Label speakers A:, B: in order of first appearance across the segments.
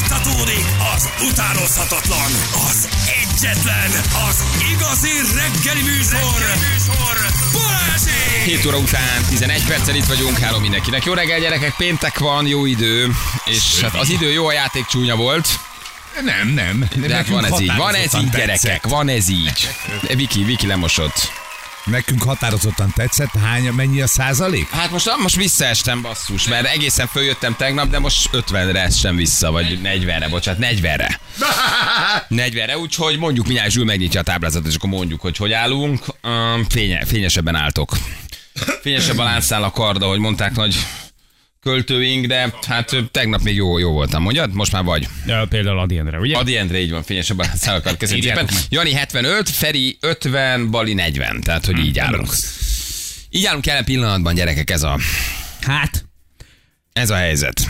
A: Fújtatódik az utánozhatatlan, az egyetlen, az igazi reggeli műsor, reggeli műsor. Balázsék!
B: 7 óra után 11 perccel itt vagyunk, háló mindenkinek. Jó reggel gyerekek, péntek van, jó idő, és hát az idő jó, a játék csúnya volt.
C: Nem, nem.
B: De hát van ez így, van ez így gyerekek, van ez így. De Viki, Viki lemosott.
C: Nekünk határozottan tetszett, hány, mennyi a százalék?
B: Hát most, most visszaestem basszus, mert egészen följöttem tegnap, de most 50-re estem vissza, vagy 40-re, bocsánat, 40-re. 40-re, úgyhogy mondjuk mindjárt Zsül megnyitja a táblázatot, és akkor mondjuk, hogy hogy állunk. Öm, Fénye, fényesebben álltok. Fényesebb a láncszál a karda, hogy mondták nagy költőink, de hát ö, tegnap még jó, jó voltam, mondjad? Most már vagy.
D: Ja, például Adi Endre, ugye?
B: Adi Endre így van, fényesebb a láncszál a karda. Köszönjük
D: Írjátok
B: szépen. Jani 75, Feri 50, Bali 40, tehát hogy így állunk. Így állunk jelen pillanatban, gyerekek, ez a,
D: Hát.
B: ez a helyzet.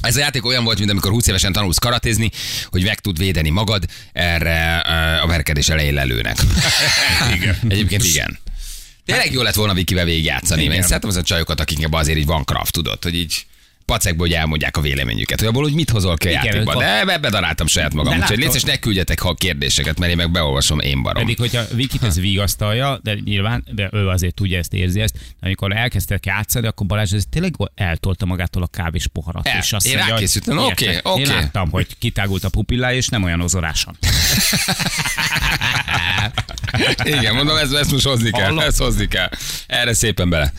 B: Ez a játék olyan volt, mint amikor 20 évesen tanulsz karatézni, hogy meg tud védeni magad, erre ö, a verkedés elején lelőnek. igen. Egyébként igen. Tényleg jó lett volna Vikivel végigjátszani. Én szeretem az a csajokat, akiknek azért így van kraft, tudod, hogy így pacekból hogy elmondják a véleményüket, hogy abból úgy mit hozol ki a
D: Igen,
B: játékba.
D: hogy
B: De ebbe daráltam saját magam,
D: De
B: úgyhogy
D: láttam-
B: légy és ne küldjetek ha kérdéseket, mert én meg beolvasom én barom.
D: Pedig, hogyha Vikit ez vigasztalja, de nyilván, de ő azért tudja ezt, érzi ezt, de amikor elkezdtek játszani, akkor Balázs ez tényleg eltolta magától a kávés poharat.
B: El.
D: és azt
B: Én
D: mondja, hogy-
B: rákészültem. Oké,
D: Érted?
B: oké.
D: Én láttam, hogy kitágult a pupillája, és nem olyan ozorásan.
B: Igen, mondom, ezt, ezt most hozni kell,
D: Hallom.
B: ezt hozni kell. Erre szépen bele.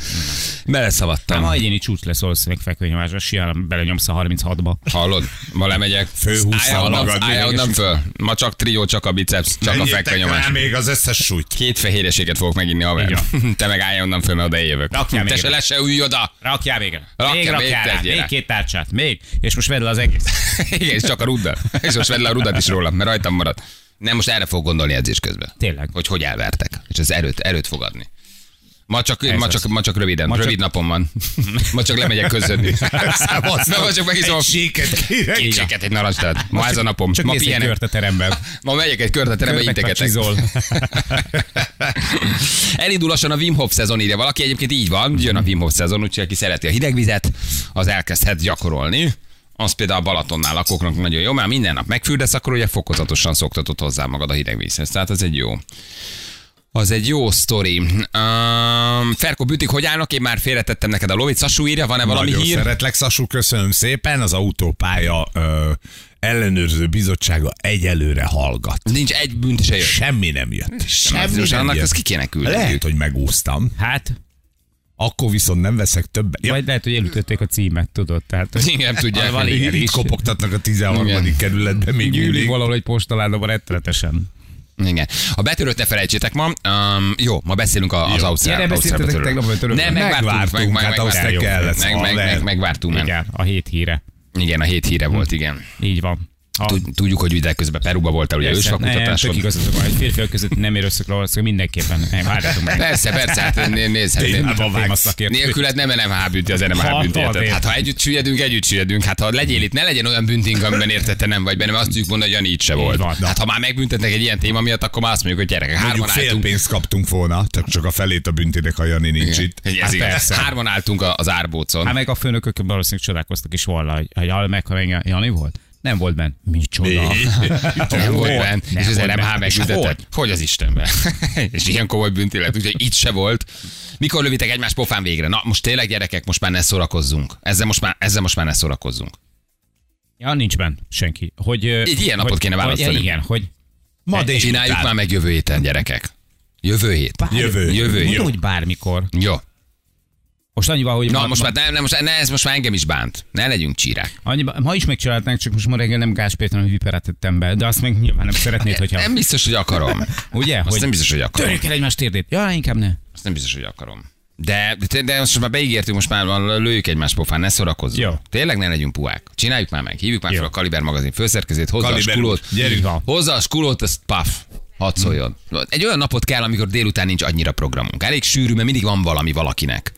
B: Beleszavattam.
D: Ma egyéni csúcs lesz valószínűleg fekvőnyomásra, simán belenyomsz a 36-ba.
B: Hallod? Ma lemegyek.
C: Fölhúztad
B: Állj,
C: magad,
B: állj,
C: lényeges.
B: Állj, nem föl. Ma csak trió, csak a biceps, csak a
C: Menjétek
B: fekvenyomás.
C: rá még az összes súlyt.
B: Két fehéreséget fogok meginni, haver.
D: Így
B: Te meg állj onnan föl, mert oda jövök.
D: Rakjál
B: Te
D: még
B: se
D: egy.
B: le se ülj oda.
D: Rakjál végre.
B: Rakjál,
D: még
B: még
D: rakjál rá,
B: tegyél
D: még
B: rá.
D: két tárcsát, még. És most vedd le az egész.
B: Igen, és csak a ruddal. És most vedd le a rudat is rólam, mert rajtam marad. Nem, most erre fog gondolni edzés közben.
D: Tényleg.
B: Hogy hogy elvertek. És ez erőt, erőt fog adni. Ma csak, ma
D: az.
B: csak, ma csak röviden, ma rövid napom van. ma csak lemegyek közödni. Ma ma csak megiszom a
C: Síket
B: két
C: kirek.
B: cseket, egy narancstát. Ma ez a napom.
D: Csak
B: Ma
D: nézz egy
B: pihenek.
D: kört a teremben.
B: Ma megyek egy kört a terembe,
D: Körnek
B: integetek.
D: pacsizol.
B: Elindul lassan a Wim Hof szezon ide. Valaki egyébként így van, jön a Wim Hof szezon, úgyhogy aki szereti a hidegvizet, az elkezdhet gyakorolni. Az például a Balatonnál lakóknak nagyon jó, mert minden nap megfürdesz, akkor ugye fokozatosan szoktatod hozzá magad a hidegvízhez. Tehát ez egy jó. Az egy jó sztori. Um, Ferko Bütik, hogy állnak? Én már félretettem neked a lovit. Sasú írja, van-e valami
C: Nagyon
B: hír?
C: szeretlek, Sasú, köszönöm szépen. Az autópálya ö, ellenőrző bizottsága egyelőre hallgat.
B: Nincs egy bűnt se jött.
C: Semmi nem jött. Semmi
B: Most
C: nem
B: annak
C: jött.
B: azt ki kéne küldeni.
C: Lehet, hogy megúsztam.
D: Hát,
C: Akkor viszont nem veszek többet. Ja,
D: vagy lehet, hogy elütötték a címet, tudod? Tehát, hogy
B: Igen, tudják.
D: Van
B: igen.
D: ilyen
C: itt
D: is.
C: kopogtatnak a 13.
B: Igen.
C: kerületben még
D: Gyűlik
C: mindig.
D: valahol egy postaládában rettenetesen.
B: Igen. A betörőt ne felejtsétek ma. Um, jó, ma beszélünk a- az Ausztrál.
D: Ja, de beszéltetek
B: Ausztrál betörőről.
D: tegnap a betörőről.
B: Nem, megvártunk.
C: Megvártunk,
B: Meg, meg,
C: hát ahhoz te
B: megvártunk.
C: kellett
B: meg,
C: volna,
B: meg,
C: lehet.
B: meg, megvártunk. Nem. Igen.
D: Igen, a hét híre.
B: igen, a hét híre volt, igen.
D: Így van. A,
B: Tud- Tudjuk, hogy vidák közben Peruba voltál, ugye
D: nem,
B: ősfakultatáson.
D: tök igazatok van. Egy férfiak között nem ér összökre valószínűleg mindenképpen. Nem, várjatok meg.
B: Persze, persze, hát né- nézhetnél.
D: Témában vágsz.
B: Nélküled nem nem hábünti az NMH
D: Hallod,
B: bünti. érted?
D: érted?
B: Hát ha együtt süllyedünk, együtt süllyedünk. Hát ha legyél itt, ne legyen olyan bünting, amiben érted, te nem vagy benne, mert azt tudjuk mondani, hogy Jani itt se volt.
D: van.
B: Hát ha már megbüntetnek egy ilyen téma miatt, akkor már azt mondjuk, hogy gyerekek, hárman
C: Mondjuk fél
B: álltunk.
C: pénzt kaptunk volna, csak csak a felét a büntinek, ha Jani nincs itt.
B: Ez
D: Hát
B: igaz.
D: persze.
B: Hárman álltunk a- az árbócon.
D: Hát meg a főnökök valószínűleg csodálkoztak is volna, hogy, hogy hal meg, ha meg Jani volt. Nem volt benne. Micsoda.
B: Nem volt
D: volt.
B: bent,
D: Nem
B: és az
D: volt
B: LMH
D: bent. És
B: megbüntetett.
D: hogy?
B: Hogy az Istenben? és ilyen komoly bünti lett, úgyhogy itt se volt. Mikor lövitek egymás pofán végre? Na, most tényleg gyerekek, most már ne szórakozzunk. Ezzel most már, ezzel most már ne szórakozzunk.
D: Ja, nincs benne senki. Hogy, ö,
B: Így ilyen napot
D: hogy-
B: kéne
D: hogy-
B: választani.
D: ja, igen, hogy
C: Ma
B: És
C: délután.
B: Csináljuk már meg jövő héten, gyerekek. Jövő hét.
C: Jövő.
B: Jövő hét.
D: úgy bármikor.
B: Jó.
D: Most annyival, hogy
B: Na, most már, nem, nem, most, ne, ez most már engem is bánt. Ne legyünk csírák.
D: Annyiba, ma is megcsinálhatnánk, csak most ma reggel nem Gás Péter, hanem Viperát tettem be, de azt meg nyilván nem szeretnéd, hogyha...
B: Nem biztos, hogy akarom.
D: ugye?
B: Azt nem biztos, hogy akarom.
D: Törjük el egymás térdét. Ja, inkább ne.
B: Azt nem biztos, hogy akarom. De, de, de most már beígértünk, most már lőjük egymás pofán, ne szórakozzunk.
D: Jó.
B: Tényleg ne legyünk puhák. Csináljuk már meg. Hívjuk már fel a Kaliber magazin főszerkezét, hozzá
C: Kaliber
B: a skulót.
C: úr, gyerünk.
B: Így van. Hozzá a skulót, azt paf. Hadd szóljon. Egy olyan napot kell, amikor délután nincs annyira programunk. Elég sűrű, mert mindig van valami valakinek.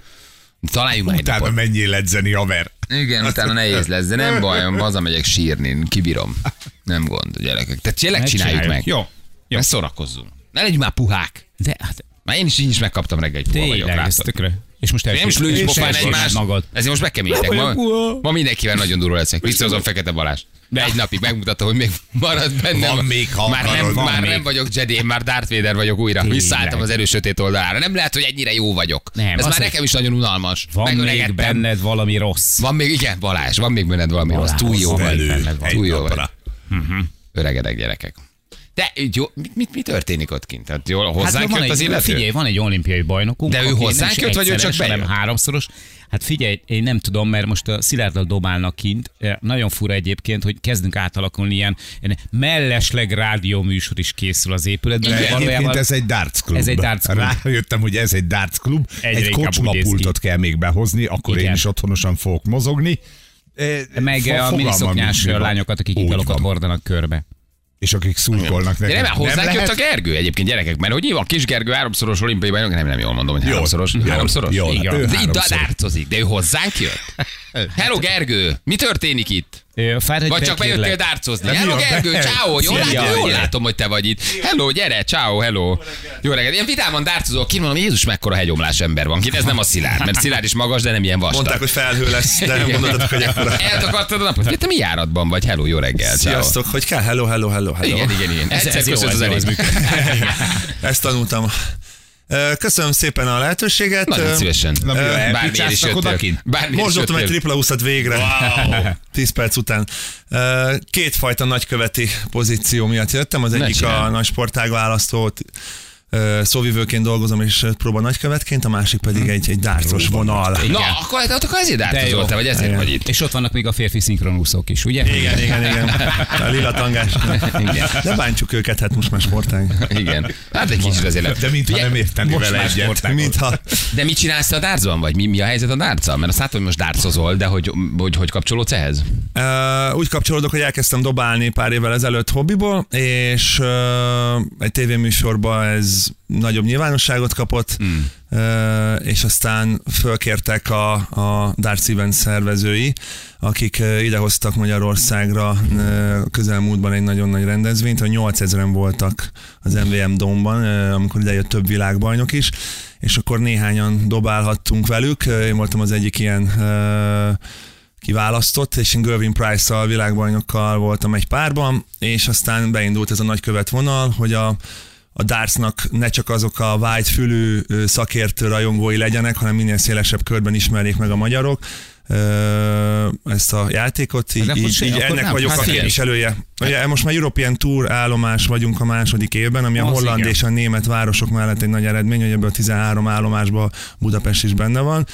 B: Találjunk már egy
C: Utána
B: napot.
C: menjél edzeni, haver.
B: Igen, utána nehéz lesz, de nem baj, hazamegyek sírni, kibírom. Nem gond, gyerekek. Tehát tényleg csináljuk meg.
D: Jó.
B: Ne szórakozzunk. Ne legyünk már puhák.
D: De hát
B: Már én is így is megkaptam reggel, hogy puha vagyok.
D: tényleg, ez
B: látod.
D: tökre. És most
B: Nem is
D: elsős-
B: lőjük
D: és
B: pofán
D: elsőség
B: egymást.
D: magad.
B: Ezért most megkeményítek. Ma, ma mindenkivel nagyon durva leszek. Visszahozom Fekete Balázs. De egy napig megmutatom, hogy még marad bennem.
C: Van még, ha
B: már nem,
C: akarod.
B: már
D: Van
B: nem
D: még.
B: vagyok Jedi, én már Darth Vader vagyok újra.
D: Tényleg.
B: Visszaálltam az erős sötét oldalára. Nem lehet, hogy ennyire jó vagyok.
D: Nem,
B: Ez
D: az
B: már
D: egy-
B: nekem is nagyon unalmas.
D: Van még
B: Megöregedtem.
D: benned valami rossz.
B: Van még, igen, Balázs, van még benned valami
D: Balázs,
B: rossz. Túl jó
D: van
B: vagy.
D: benned
C: Belül
D: van.
C: egy
B: Túl jó vagy.
C: napra.
B: Öregedek gyerekek. De így jó, mit, mit, mi történik ott kint? Hát jól hozzánk
D: van
B: jött
D: egy,
B: az illető?
D: Figyelj, van egy olimpiai bajnokunk.
B: De ő
D: aki nem
B: hozzánk
D: is
B: jött, vagy ő
D: egyszeres,
B: csak bejött?
D: hanem háromszoros. Hát figyelj, én nem tudom, mert most a Szilárddal dobálnak kint. Eh, Nagyon fura egyébként, hogy kezdünk átalakulni ilyen ilyen mellesleg rádióműsor is készül az épületben. de
C: De egyébként
D: valójában-
C: ez egy darts klub.
D: Ez egy darts klub.
C: Rájöttem, hogy ez egy darts klub.
D: Egyre
C: egy
D: inkább úgy néz
C: kocsmapultot kell még behozni, akkor
D: Igen.
C: én is othonosan fogok mozogni. Eh,
D: meg
C: fo-
D: eh, a
C: fogalmam
D: miniszoknyás
C: nincs, mi van.
D: lányokat, akik
C: Úgy
D: italokat
C: van.
D: hordanak körbe.
C: És akik szurkolnak
B: De
C: nekem.
B: nem, hozzánk jött a Gergő egyébként gyerekek, mert hogy nyilván kis Gergő háromszoros olimpiai bajnok, nem, nem jól mondom, hogy
C: Jól,
B: háromszoros.
C: jól,
B: háromszoros?
C: jól,
B: Igen.
C: ő
B: De itt
C: háromszor.
B: dárcozik, de ő hozzánk jött? Hello Gergő, mi történik itt?
D: Ö, Fáradt,
B: Vagy
D: be,
B: csak bejöttél
D: kérlek.
B: dárcozni.
C: De
B: Hello
C: Hát mi a-
B: Gergő,
C: de-
B: ciao, jól,
C: Szia,
B: látom, jól
C: gyere.
B: látom, hogy te vagy itt. Hello, gyere, ciao, hello. Jó reggelt. Ilyen vitáman dárcozol, kimondom, Jézus, mekkora hegyomlás ember van. Kint ez nem a Szilárd, mert Szilárd is magas, de nem ilyen vastag.
E: Mondták, hogy felhő lesz, de nem mondhatod, hogy ekkora.
B: Eltakartad a napot? Ja, Te mi járatban vagy? Hello, jó reggel, ciao.
E: Sziasztok, hogy kell? Hello, hello, hello, hello.
B: Igen, igen, igen.
D: Ez- ez
B: Egyszer
D: jó,
B: köszönöm
D: ez
B: az
D: jó, ez
B: elég.
E: Ezt tanultam. Ö, Köszönöm szépen a lehetőséget.
B: Nagyon
E: Ö,
B: szívesen.
C: Na, mi van,
B: Ö,
C: elpicsásztak odakint?
B: Bármilyen is
E: Morzsoltam egy
B: jöttél.
E: tripla úszat végre. Wow. 10 perc után. Ö, Kétfajta nagyköveti pozíció miatt jöttem. Az egyik a
B: csináld.
E: nagy sportág választót szóvivőként dolgozom, és próba nagykövetként, a másik
B: Hm.
E: pedig egy, egy dárcos vonal.
B: Na, akkor, hát akkor ezért
D: jó.
B: átadoltál, vagy ezért vagy itt.
D: És ott vannak még a férfi szinkronúszók is, ugye?
E: Igen, igen, igen. A lila tangás.
B: Igen.
E: Ne bántjuk őket, hát most már sportág.
B: Igen. Hát egy kicsit az élet.
C: De mintha nem érteni
B: most
C: vele
B: már
C: egyet.
B: sportág.
E: Mintha
B: De mit csinálsz te a dárcban, vagy mi, mi a helyzet a dárccal? Mert azt látom, hogy most dárcozol, de hogy hogy, hogy kapcsolódsz ehhez?
E: Uh, úgy kapcsolódok, hogy elkezdtem dobálni pár évvel ezelőtt hobbiból, és uh, egy tévéműsorban ez nagyobb nyilvánosságot kapott, mm. uh, és aztán fölkértek a, a Darts Event szervezői, akik uh, idehoztak Magyarországra uh, közelmúltban egy nagyon nagy rendezvényt, hogy 8000-en voltak az MVM Domban, uh, amikor idejött több világbajnok is, és akkor néhányan dobálhattunk velük, uh, én voltam az egyik ilyen uh, kiválasztott, és én Gervin Price-szal, világbajnokkal voltam egy párban, és aztán beindult ez a nagykövet vonal, hogy a, a dartsnak ne csak azok a vágyfülű ö, szakértő rajongói legyenek, hanem minél szélesebb körben ismerjék meg a magyarok ö, ezt a játékot, így,
D: Hát akkor
E: így,
D: se-
E: így
D: akkor
E: ennek
D: nem,
E: vagyok
D: hát
E: a
D: igen.
E: képviselője. Ugye, most már European Tour állomás vagyunk a második évben, ami a
D: Az
E: holland
D: igen.
E: és a német városok mellett egy nagy eredmény, hogy ebből a 13 állomásban Budapest is benne van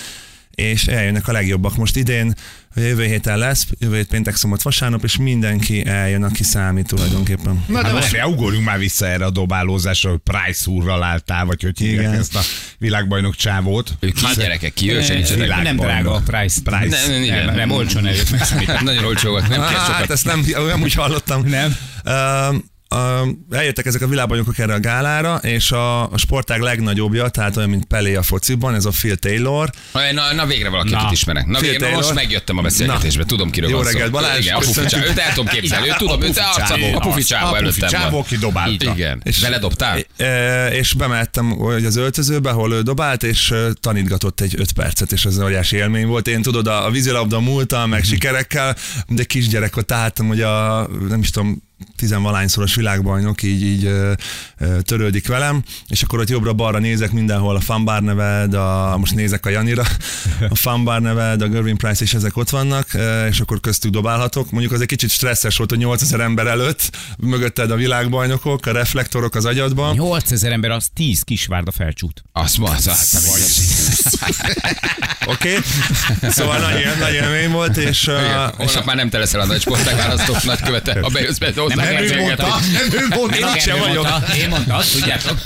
E: és eljönnek a legjobbak. Most idén, hogy jövő héten lesz, jövő hét péntek, szombat, vasárnap, és mindenki eljön, aki számít tulajdonképpen.
C: Na de Hát most várjál, ugorjunk már vissza erre a dobálózásra, hogy Price úrral álltál, vagy hogy hívják
E: Igen.
C: ezt a világbajnok csávót.
B: Ő ki gyerekek, ki ő segítsetek.
C: világ-
D: Nem drága a price.
C: Price.
B: Nem, nem, igen.
D: Nem, nem, olcsón előtt meg semmit.
B: Nagyon olcsó volt, nem kell
E: Ah,
B: sokat.
E: hát ezt nem, nem úgy hallottam.
D: Nem.
E: Ö, ö, eljöttek ezek a világbajnokok erre a gálára, és a, a sportág legnagyobbja, tehát olyan, mint Pelé a fociban, ez a Phil Taylor.
B: Na, na, na végre valakit
D: Na.
B: na. ismerek. Na
E: Fél
B: végre, na,
E: Taylor.
B: most megjöttem a beszélgetésbe, tudom kiről
E: Jó
B: van szó.
E: reggelt, Balázs,
B: Igen, apu
E: köszöntjük.
B: ficsá, őt el tudom képzelni, őt tudom, őt
C: Apufi csávó.
B: arcából, a pufi csávó
C: Apufi
B: előttem
C: csávó,
B: van.
C: ki dobálta.
B: Igen, vele dobtál?
E: É- ö, És bemehettem hogy az öltözőbe, ahol ő dobált, és ö, tanítgatott egy öt percet, és az óriási élmény volt. Én tudod, a a vízilabda múltal, meg sikerekkel, de kisgyerek ott álltam, hogy a nem is tudom, tizenvalányszoros világbajnok így, így ö, ö, törődik velem, és akkor ott jobbra-balra nézek mindenhol a Fambar neved, a, most nézek a Janira, a Fambar neved, a Gervin Price és ezek ott vannak, ö, és akkor köztük dobálhatok. Mondjuk az egy kicsit stresszes volt, hogy 8000 ember előtt, mögötted a világbajnokok, a reflektorok az agyadban.
D: 8000 ember, az 10 kisvárda felcsút.
B: Azt mondta, azt
E: Oké? Okay? Szóval nagy, él- nagy élmény volt, és... Uh, és
B: Holnap már nem te leszel a nagy sportág választók nagykövete, ha bejössz be hozzá.
D: Nem, nem ő
B: beszélgetni.
D: mondta.
C: Nem, ő mondta.
E: Én ott sem vagyok.
D: Mondta,
B: Ah,
D: én mondta, azt tudjátok.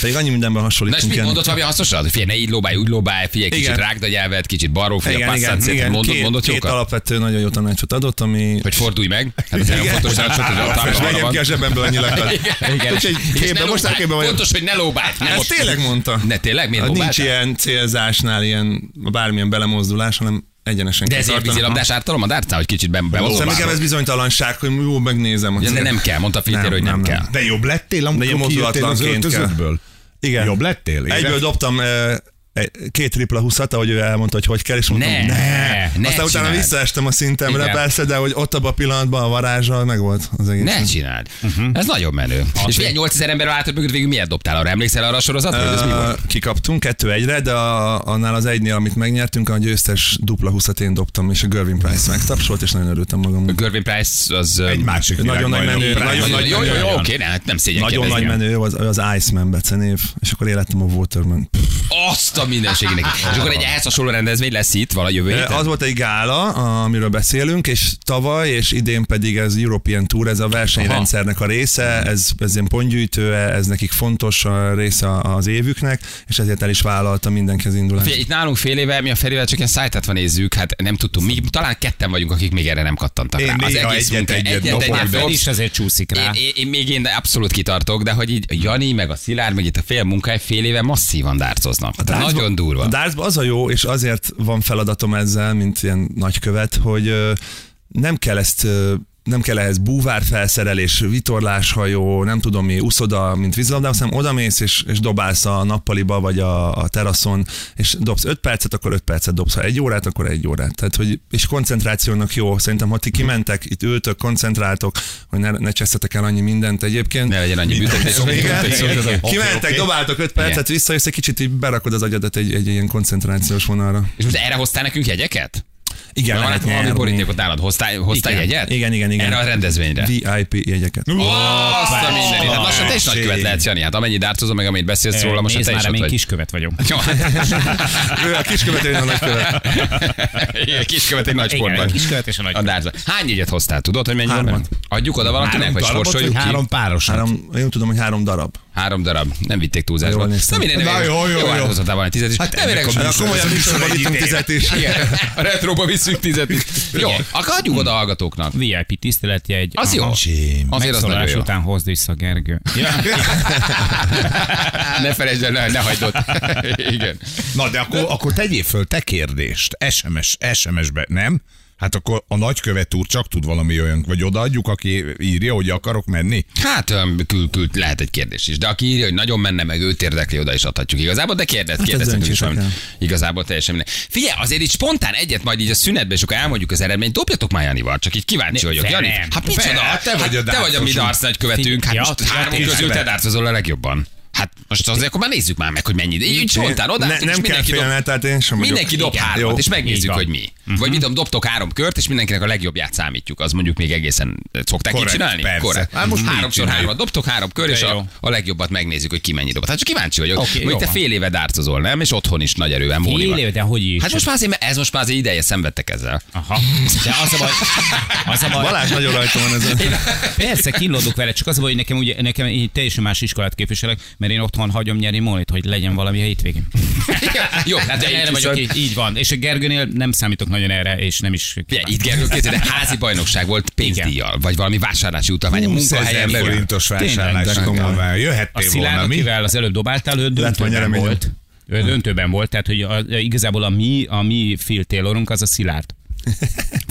E: pedig annyi mindenben
B: Na és
E: hasonlítunk.
B: mit
E: ilyen-
B: mondott valami hasznosat? Figyelj, ne így lóbálj, úgy lóbálj, figyelj, kicsit
E: Igen.
B: rágd a nyelvet, kicsit balról, figyelj,
E: igen, igen,
B: passzánc,
E: igen.
B: mondott,
E: két,
B: mondott
E: két
B: jókat?
E: alapvető nagyon jó tanácsot adott, ami...
B: Hogy fordulj meg. Hát ez nagyon
E: Igen.
B: fontos, hogy hogy a
E: És
B: táblában
E: vegyem
B: van.
E: ki a zsebemből a nyilakat.
B: Igen.
E: Úgyhogy
B: És ne
E: képbe, most már
B: lóbálj.
E: képbe vagyok.
B: Fontos, hogy ne lobált.
E: Ezt tényleg mondta.
B: Ne Hát tényleg? Miért
E: Hát
B: lóbáltál?
E: Nincs ilyen célzásnál ilyen bármilyen belemozdulás, hanem egyenesen
B: De ezért Szóval
E: kitartanak.
B: vízilabdás ártalom a dárcán, hogy kicsit be, be
E: Szerintem nekem ez bizonytalanság, hogy jó, megnézem. hogy-
B: De nem kell, mondta Filter, hogy nem, kell.
C: De jobb lettél,
E: De ilyen
C: amikor kijöttél az
E: mozdulatlanként kell.
C: öltözőből?
E: Igen.
C: Jobb lettél? Érez?
E: Egyből dobtam ö, egy- két tripla huszat, ahogy ő elmondta, hogy hogy kell, és mondtam,
B: Ne,
E: ne,
B: ne, ne
E: Aztán utána
B: csináld.
E: visszaestem a szintemre,
B: Igen.
E: persze, de hogy ott abban a pillanatban a varázsal meg volt az egész.
B: Ne csináld. Uh-huh. Ez nagyon menő. És milyen 8000 ember állt mögött végül miért dobtál arra? Emlékszel arra a sorozatra? hogy ez mi volt?
E: Ö, Eh, Kikaptunk kettő egyre, de a, annál az egynél, amit megnyertünk, a győztes dupla 20 én dobtam, és a Gervin Price megtapsolt, és nagyon örültem magamnak.
B: Görvin Price az... ö,
C: Egy másik
E: Nagyon
C: világbajnok.
E: nagy menő,
C: Prága.
E: nagyon nagy
B: Jó, jó,
E: menő.
B: jó, oké, ne, hát nem szégyen
E: Nagyon nagy menő, ő az, ő az Iceman becenév, és akkor életem a Waterman.
B: Azt a mindenségének. És akkor egy ehhez hasonló rendezvény lesz itt vala jövő
E: Ö,
B: héten?
E: Az volt egy gála, amiről beszélünk, és tavaly, és idén pedig ez European Tour, ez a versenyrendszernek a része, ez, ez ilyen pontgyűjtő, ez nekik fontos a része az évüknek, és ezért el is vállalta mindenki az indulást.
B: Figyelj, itt nálunk fél éve, mi a Ferivel csak ilyen szájtátva nézzük, hát nem tudtunk. Mi talán ketten vagyunk, akik még erre nem kattantak
C: Én
B: rá. Az
C: néha
B: egész
C: egyet-
B: munka-
C: egyet
B: egyet-
C: dobok,
B: egyet
D: Fel
B: dobsz.
D: is azért csúszik rá.
B: Én, én, én, még én abszolút kitartok, de hogy így Jani, meg a Szilárd, meg itt a fél munkáj fél éve masszívan dárcoznak.
E: dartsba-
B: Nagyon durva.
E: A dartsba az a jó, és azért van feladatom ezzel, mint ilyen nagykövet, hogy ö, nem kell ezt ö, nem kell ehhez búvárfelszerelés, vitorláshajó, nem tudom mi, uszoda, mint vízilabda, hanem odamész és, és dobálsz a nappaliba vagy a, a teraszon, és dobsz 5 percet, akkor 5 percet dobsz, ha egy órát, akkor egy órát. Tehát, hogy, és koncentrációnak jó, szerintem, ha ti kimentek, itt ültök, koncentráltok, hogy ne, ne csesztetek el annyi mindent egyébként.
B: Ne legyen annyi büntetés.
E: Igen.
B: Igen.
E: Kimentek, dobáltok 5 percet, vissza, és egy kicsit így berakod az agyadat egy, egy ilyen koncentrációs vonalra.
B: És most erre hoztál nekünk jegyeket?
E: Igen,
B: Mert van
E: lehet
B: hát valami
E: nyerni.
B: borítékot nálad. Hoztál, hoztál
E: Igen.
B: jegyet?
E: Igen, igen, igen.
B: Erre a rendezvényre.
E: VIP jegyeket.
B: Ó, Azt a mindenit. Hát lassan te is
E: Tessék.
B: nagykövet lehetsz, Jani. Hát amennyi dárcozom, meg amit beszélsz róla, most hát
D: Nézd
B: te is
D: már,
B: ott
D: én
B: vagy.
D: kiskövet vagyok.
B: Jó.
E: Ő a kiskövet, én a nagykövet.
B: Igen, Kiskövet egy nagy
D: Igen,
B: sportban.
D: egy kiskövet és a nagy
B: A dárcban. Hány egyet hoztál? Tudod, hogy mennyi
E: Hármat.
B: van? Adjuk oda valakinek,
C: Három
B: vagy
C: darabot,
B: sorsoljuk
C: vagy
B: ki?
C: három párosat?
E: Három,
B: hát.
E: én tudom, hogy három darab.
B: Három darab. Nem vitték túlzásba.
E: Jól
B: Na
E: néztem.
B: minden
C: Na, jó, jó, jó.
B: Hozhatál valami tizet is. Hát nem
C: ennek
B: érdekes.
C: a
B: hogy-
C: műsor-
E: Komolyan
C: ez a
E: műsorban
C: műsor
E: vittunk
C: egy idén.
E: tizet is.
B: Igen, a retróba viszünk tizet is. Jó, akkor adjuk oda a hallgatóknak.
D: VIP tiszteletjegy.
B: Az jó.
C: Sim.
B: Azért az nagyon
D: Megszólás
B: jó.
D: után hozd vissza, Gergő.
B: Ne felejtsd el, ne, ne hagyd ott. Igen.
C: Na, de akkor, akkor tegyél föl te kérdést. SMS, SMS-be, nem? Hát akkor a nagykövet úr csak tud valami olyan, vagy odaadjuk, aki írja, hogy akarok menni.
B: Hát öm, küld, küld, lehet egy kérdés is, de aki írja, hogy nagyon menne, meg őt érdekli, oda is adhatjuk igazából, de
E: Hát
B: kérdez, kérdezhetünk is
E: döntsétek
B: valamit.
E: el.
B: Igazából teljesen minden. Figyelj, azért így spontán egyet majd így a szünetben, és akkor elmondjuk az eredményt, dobjatok már Janival, csak így kíváncsi
D: Ne,
B: vagyok.
D: te
B: Jani,
D: nem.
B: hát micsoda,
C: Hát te vagy a
B: te vagy a mi
C: dárcosunk.
B: darc nagykövetünk, hát
D: Ja,
B: most
D: ja,
B: három
D: tényleg.
B: közül te dárcozol a legjobban. Hát most azért akkor már nézzük már meg, hogy mennyi. De Így spontán, oda
E: Ne, nem kell félned, tehát én sem vagyok.
B: Mindenki dob
E: Igen.
B: hármat,
E: Jó.
B: és
D: Így
B: megnézzük,
D: van.
B: hogy mi. Vagy mit tudom, dobtok három kört, és mindenkinek a legjobbját számítjuk. Az mondjuk még egészen szokták így
C: Korrekt,
B: csinálni?
C: persze.
B: Korrekt.
C: Hát most mi így
B: háromszor
C: csináljuk?
B: hármat dobtok, három kör, és
D: jó.
B: a, a legjobbat megnézzük, hogy ki mennyi dobott. Hát csak kíváncsi vagyok.
D: Oké,
B: Okay,
D: jó
B: hogy te
D: van.
B: fél éve dárcozol, nem? És otthon is nagy erően
D: Fél
B: múlni
D: év, de hogy is?
B: Hát most már azért, mert ez most már az ideje, szenvedtek ezzel.
D: Aha. De az a baj, az a baj,
E: Balázs nagyon rajta van ezen.
D: Persze, kínlódok vele, csak az a baj, hogy nekem, ugye, nekem én teljesen más iskolát képviselek, mert én otthon hagyom nyerni molit, hogy legyen valami a hétvégén.
B: Jó, hát
D: Hát
B: de
D: én erre
B: itt
D: vagyok,
B: viszont...
D: így, így van. És a Gergőnél nem számítok nagyon erre, és nem is.
B: Ugye, itt Gergő kézzel, de házi bajnokság volt pénzdíjjal, vagy valami vásárlási utalmány a
C: 20 ezer
B: munkahelyen. volt.
C: forintos
D: Tényleg,
C: vásárlás
D: de
C: komolyan.
D: A
C: Jöhettél
D: Szilárd,
C: volna, mi?
D: akivel az előbb dobáltál, ő döntőben
E: nyereményem.
D: volt. Ő döntőben volt, tehát hogy a, igazából a mi, a mi Phil Taylorunk az a Szilárd.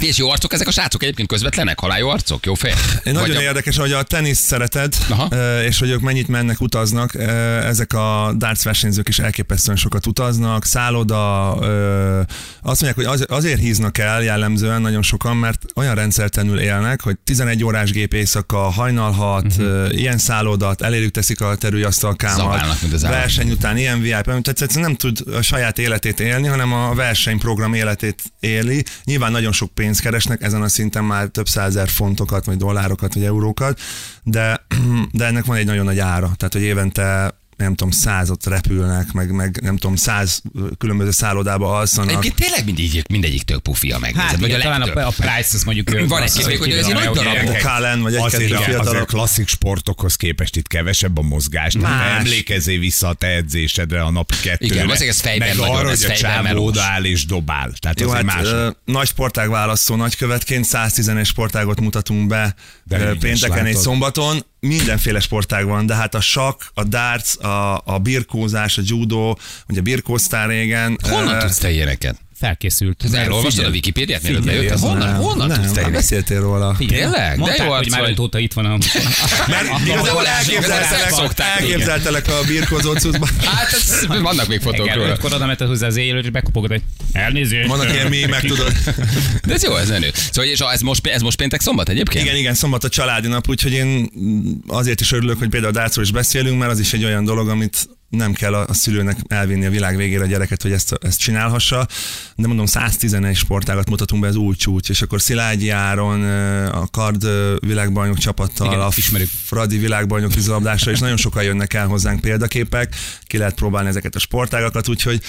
B: És jó arcok ezek a srácok egyébként közvetlenek, haláló arcok, jó fej?
E: Én nagyon
B: Vagy a-
E: érdekes, hogy a teniszt szereted,
B: Aha.
E: ö, és hogy ők mennyit mennek, utaznak. Ö, Ezek a darts versenyzők is elképesztően sokat utaznak, szálloda. ö, Azt mondják, hogy az- azért híznak el jellemzően nagyon sokan, mert olyan rendszertenül élnek, hogy 11 órás gép éjszaka, hajnalhat,
B: Mhm.
E: uh-huh. ilyen szállodat, elérjük teszik a terülyasztalkámat,
B: Zabálnak, mint az állat.
E: verseny után ilyen VIP, tehát egyszerűen nem tud a saját életét élni, hanem a versenyprogram életét éli. Nyilván nagyon sok pénzt keresnek, ezen a szinten már több százer fontokat, vagy dollárokat, vagy eurókat, de, de ennek van egy nagyon nagy ára. Tehát, hogy évente nem tudom, százat repülnek, meg, meg nem tudom, száz ö, különböző szállodába alszanak.
B: Egyébként tényleg mindegyik, mindegyik tök pufia megnézed,
D: Hát,
B: vagy
D: igen,
B: a
D: talán
B: legtöbb.
D: a, a Price az mondjuk... ő-
B: Van egy
D: az- az
B: képük, hogy ez egy
D: kívül-
B: nagy darab.
D: Igen.
E: Bob Cullen, vagy egy
C: Azért,
E: kettő
C: igen, azért
E: fiatalok.
C: klasszik sportokhoz képest itt kevesebb a mozgás. Más.
E: Más.
C: Emlékezé vissza a te edzésedre a napi kettőre.
B: valószínűleg ez fejben
C: Meg
B: nagyon,
C: arra,
B: ez
C: hogy a
B: fejben
C: csávó
B: melós.
C: odaáll és dobál. Tehát
E: Jó,
C: azért
E: hát
C: más.
E: ö, nagy sportág választó nagykövetként 110 sportágot mutatunk be
C: De
E: ö,
C: lényes,
E: pénteken és
C: látod.
E: szombaton. Mindenféle sportág van, de hát a sak, a darts, a, a birkózás, a judó, ugye birkóztál régen.
B: Honnan
E: Ö,
B: tudsz te ilyeneket?
D: Felkészült.
B: Ez elolvastad a
D: Figyelj.
B: Wikipédiát, mielőtt
E: Figyelj,
B: lejöttél?
E: az
B: Honnan,
E: már-
B: honnan
E: nem,
B: tudsz te
E: már
B: ilyet?
E: beszéltél róla.
B: Tényleg? De
D: Mondták,
B: jó hát
D: hogy
B: arc
D: már
B: vagy.
D: öt óta itt van a...
E: Mert
B: Igazából
E: igazából
B: elszokták,
E: elképzeltelek,
B: szokták, igen.
E: elképzeltelek a szóval- birkózó cuccban.
B: Hát ez, vannak még fotók
D: Igen,
B: róla.
D: ötkor oda mented hozzá az élőt, és bekopogod, hogy elnézést.
E: Vannak ilyen mémek, tudod.
B: De ez jó, ez menő. Szóval és ez most, ez most péntek szombat egyébként?
E: Igen, igen, szombat a családi nap, úgyhogy én azért is örülök, hogy például a dácról is beszélünk, mert az is egy olyan dolog, amit nem kell a a szülőnek elvinni a világ végére a gyereket, hogy ezt, ezt csinálhassa. De mondom, 111 sportágat mutatunk be, ez új csúcs, és akkor Szilágyi Áron, ö, a kard ö, világbajnok csapattal,
D: Igen,
E: a
D: ismerjük.
E: Fradi világbajnok vízilabdásra, és nagyon sokan jönnek el hozzánk példaképek, ki lehet próbálni ezeket a sportágakat, úgyhogy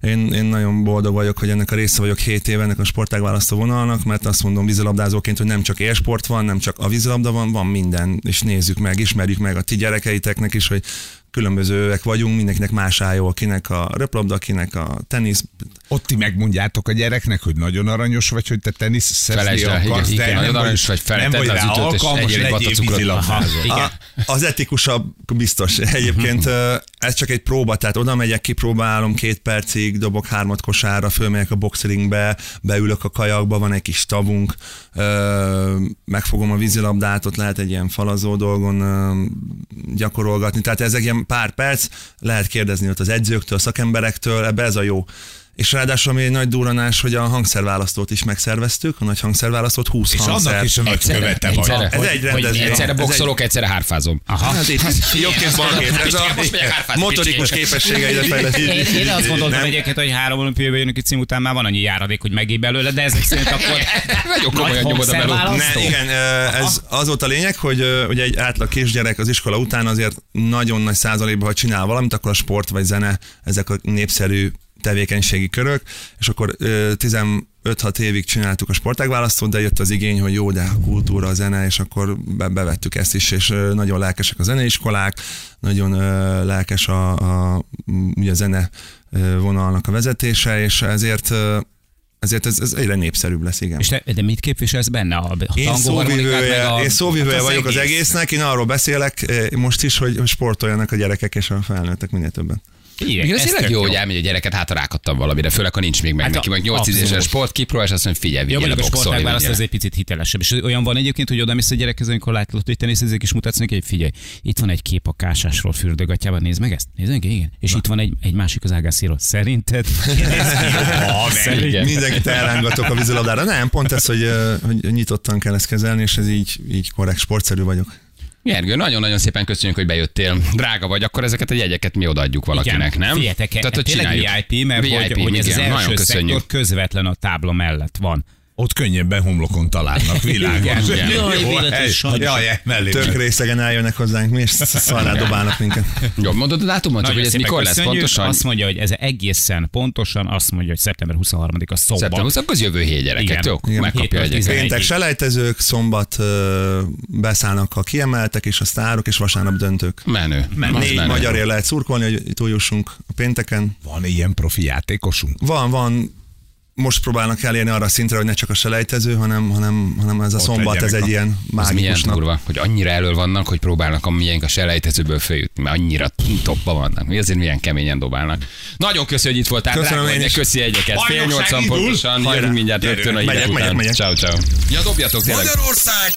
E: én, én nagyon boldog vagyok, hogy ennek a része vagyok 7 éve ennek a sportágválasztó vonalnak, mert azt mondom vízilabdázóként, hogy nem csak élsport van, nem csak a vízilabda van, van minden, és nézzük meg, ismerjük meg a ti gyerekeiteknek is, hogy különbözőek vagyunk, mindenkinek más áll jó, akinek a röplabda, akinek a tenisz.
C: Ott ti megmondjátok a gyereknek, hogy nagyon aranyos vagy, hogy te tenisz szerzni
B: Felejtsd el,
C: akarsz,
B: igen,
C: de
B: igen, nagyon
C: nem
B: aranyos vagy,
C: nem
B: feltedd
C: vagy
B: az
C: rá
B: ütőt, és
C: alkalmas,
B: egyél
C: legyél
B: egy vatta cukrot.
C: vízilabdázó.
D: Igen.
E: A, az etikusabb biztos.
C: Mhm.
E: Egyébként ö, ez csak egy próba, tehát oda megyek, kipróbálom két percig, dobok hármat kosárra, fölmegyek a boxringbe, beülök a kajakba, van egy kis tavunk, ö, megfogom a vízilabdát, ott lehet egy ilyen falazó dolgon ö, gyakorolgatni. Tehát ezek ilyen pár perc, lehet kérdezni ott az edzőktől, szakemberektől, ebbe ez a jó. És ráadásul ami egy nagy duranás, hogy a hangszerválasztót is megszerveztük, a nagy hangszerválasztót 20
C: És
E: hangszer.
C: annak is a nagy követe vagy.
E: Ez egy rendezvény.
B: Egyszerre
E: Ez egy-
B: boxolok, egyszerre hárfázom. Aha.
E: Hát itt jobb kéz, bal kéz. Ez a
B: Most megyek hárfázni,
E: motorikus
B: picike.
E: képességeidre
D: Én,
E: fejlesztett.
D: én azt gondoltam
E: Nem?
D: egyébként, hogy három olimpiai bajnoki cím után már van annyi járadék, hogy megél belőle, de ezek szerint akkor...
B: Nagyon komolyan
D: Nagy
B: nyomod a melót.
D: hangszerválasztó?
E: Ne, igen, ö, ez az volt a lényeg, hogy ö, ugye egy átlag kisgyerek az iskola után azért nagyon nagy százalékban, ha csinál valamit, akkor a sport vagy zene, ezek a népszerű tevékenységi körök, és akkor ö, 15-6 évig csináltuk a sportágválasztót, de jött az igény, hogy jó, de a kultúra, a zene, és akkor be, bevettük ezt is, és ö, nagyon lelkesek a zeneiskolák, nagyon ö, lelkes a, a, m, ugye a zene ö, vonalnak a vezetése, és ezért ö, ezért ez, ez egyre népszerűbb lesz, igen.
D: És te, de mit képviselsz benne? A, a
E: Én
D: tangó harmonikát, meg
E: szóvivője,
D: a...
E: én szóvivője
D: Hát az
E: vagyok az
D: egész.
E: egésznek, én arról beszélek eh, most is, hogy, hogy sportoljanak a gyerekek és a felnőttek minél többen.
D: Igen,
B: Igen, ez
D: ez
B: tényleg
D: tök
B: jó, hogy elmegy a gyereket, hát ha rákattam valamire, főleg ha nincs még meg
D: Hát a-
B: neki, majd 8 10 éves
D: abszolút.
B: sport kipróbál, és azt mondja, figyelj,
D: Jó,
B: vigyél a
D: mondjuk a
B: boxolni.
D: sportágválasztó
B: vigyél.
D: ez egy picit hitelesebb. És olyan van egyébként, hogy oda mész a gyerekhez, amikor látod, hogy teniszezik, és mutatsz neki, hogy figyelj, itt van egy kép a kásásról fürdőgatjában, nézd meg ezt, nézd meg, igen. És itt van egy, egy másik az ágászíról. Szerinted?
B: Igen.
E: Mindenkit elrángatok a vízilabdára. Nem, pont ez, hogy, eh, hogy nyitottan kell ezt kezelni, és ez így, így korrekt, sportszerű vagyok.
B: Gergő, nagyon-nagyon szépen köszönjük, hogy bejöttél. Drága vagy, akkor ezeket a jegyeket mi odaadjuk valakinek, nem?
D: Figyeljetek, Tehát,
B: hogy
D: tényleg
B: csináljuk.
D: VIP, mert
B: VIP,
D: hogy, hogy ez az
B: igen, nagyon
D: első
B: köszönjük. Hát,
D: szektor közvetlen a tábla mellett van.
C: Ott könnyebben homlokon találnak, világos.
D: Igen, igen. Jaj,
C: Jó,
D: véletlen
C: hely.
D: sajnos.
C: Jaj, mellé.
E: Tök részegen eljönnek hozzánk mi, és szarrá dobálnak minket.
B: Jó, mondod a dátumot, csak
D: Nagyon
B: hogy ez
D: szépen
B: mikor lesz
D: köszönjük.
B: pontosan?
D: Azt mondja, hogy ez egészen pontosan, azt mondja, hogy szeptember 23-a szombat.
B: Szeptember 20 az jövő hét gyerekek,
D: Igen.
B: jó?
D: Igen.
B: Megkapja a
D: Hétről
B: gyereket.
D: tizenegyig.
E: Péntek selejtezők, szombat eh, beszállnak a kiemeltek, és a sztárok, és vasárnap döntők.
B: Menő. Az
E: Négy
B: menő.
E: magyarért lehet szurkolni, hogy túljussunk a pénteken.
C: Van ilyen profi játékosunk?
E: Van, van. Most próbálnak elérni arra a szintre, hogy ne csak a selejtező, hanem, hanem, hanem ez a
C: Ott
E: szombat, ez
C: legyenek a-
E: egy ilyen
B: Ez milyen
E: mágikus nap.
B: durva, hogy annyira elől vannak, hogy próbálnak a miénk a selejtezőből följutni, mert annyira topba vannak. Mi azért milyen keményen dobálnak. Nagyon köszönöm, hogy itt voltál.
E: Köszönöm
B: Drága
E: én
B: vagy, de
E: is.
B: Köszi egyeket. Fél
C: Bajnokság
B: nyolcan
C: indul.
B: pontosan.
E: Hajrá.
B: Jövünk mindjárt rögtön a
E: Megyek,
B: hírek
E: megyek,
B: után.
E: megyek.
B: Ciao, ciao. Ja, dobjatok tényleg.
A: Magyarország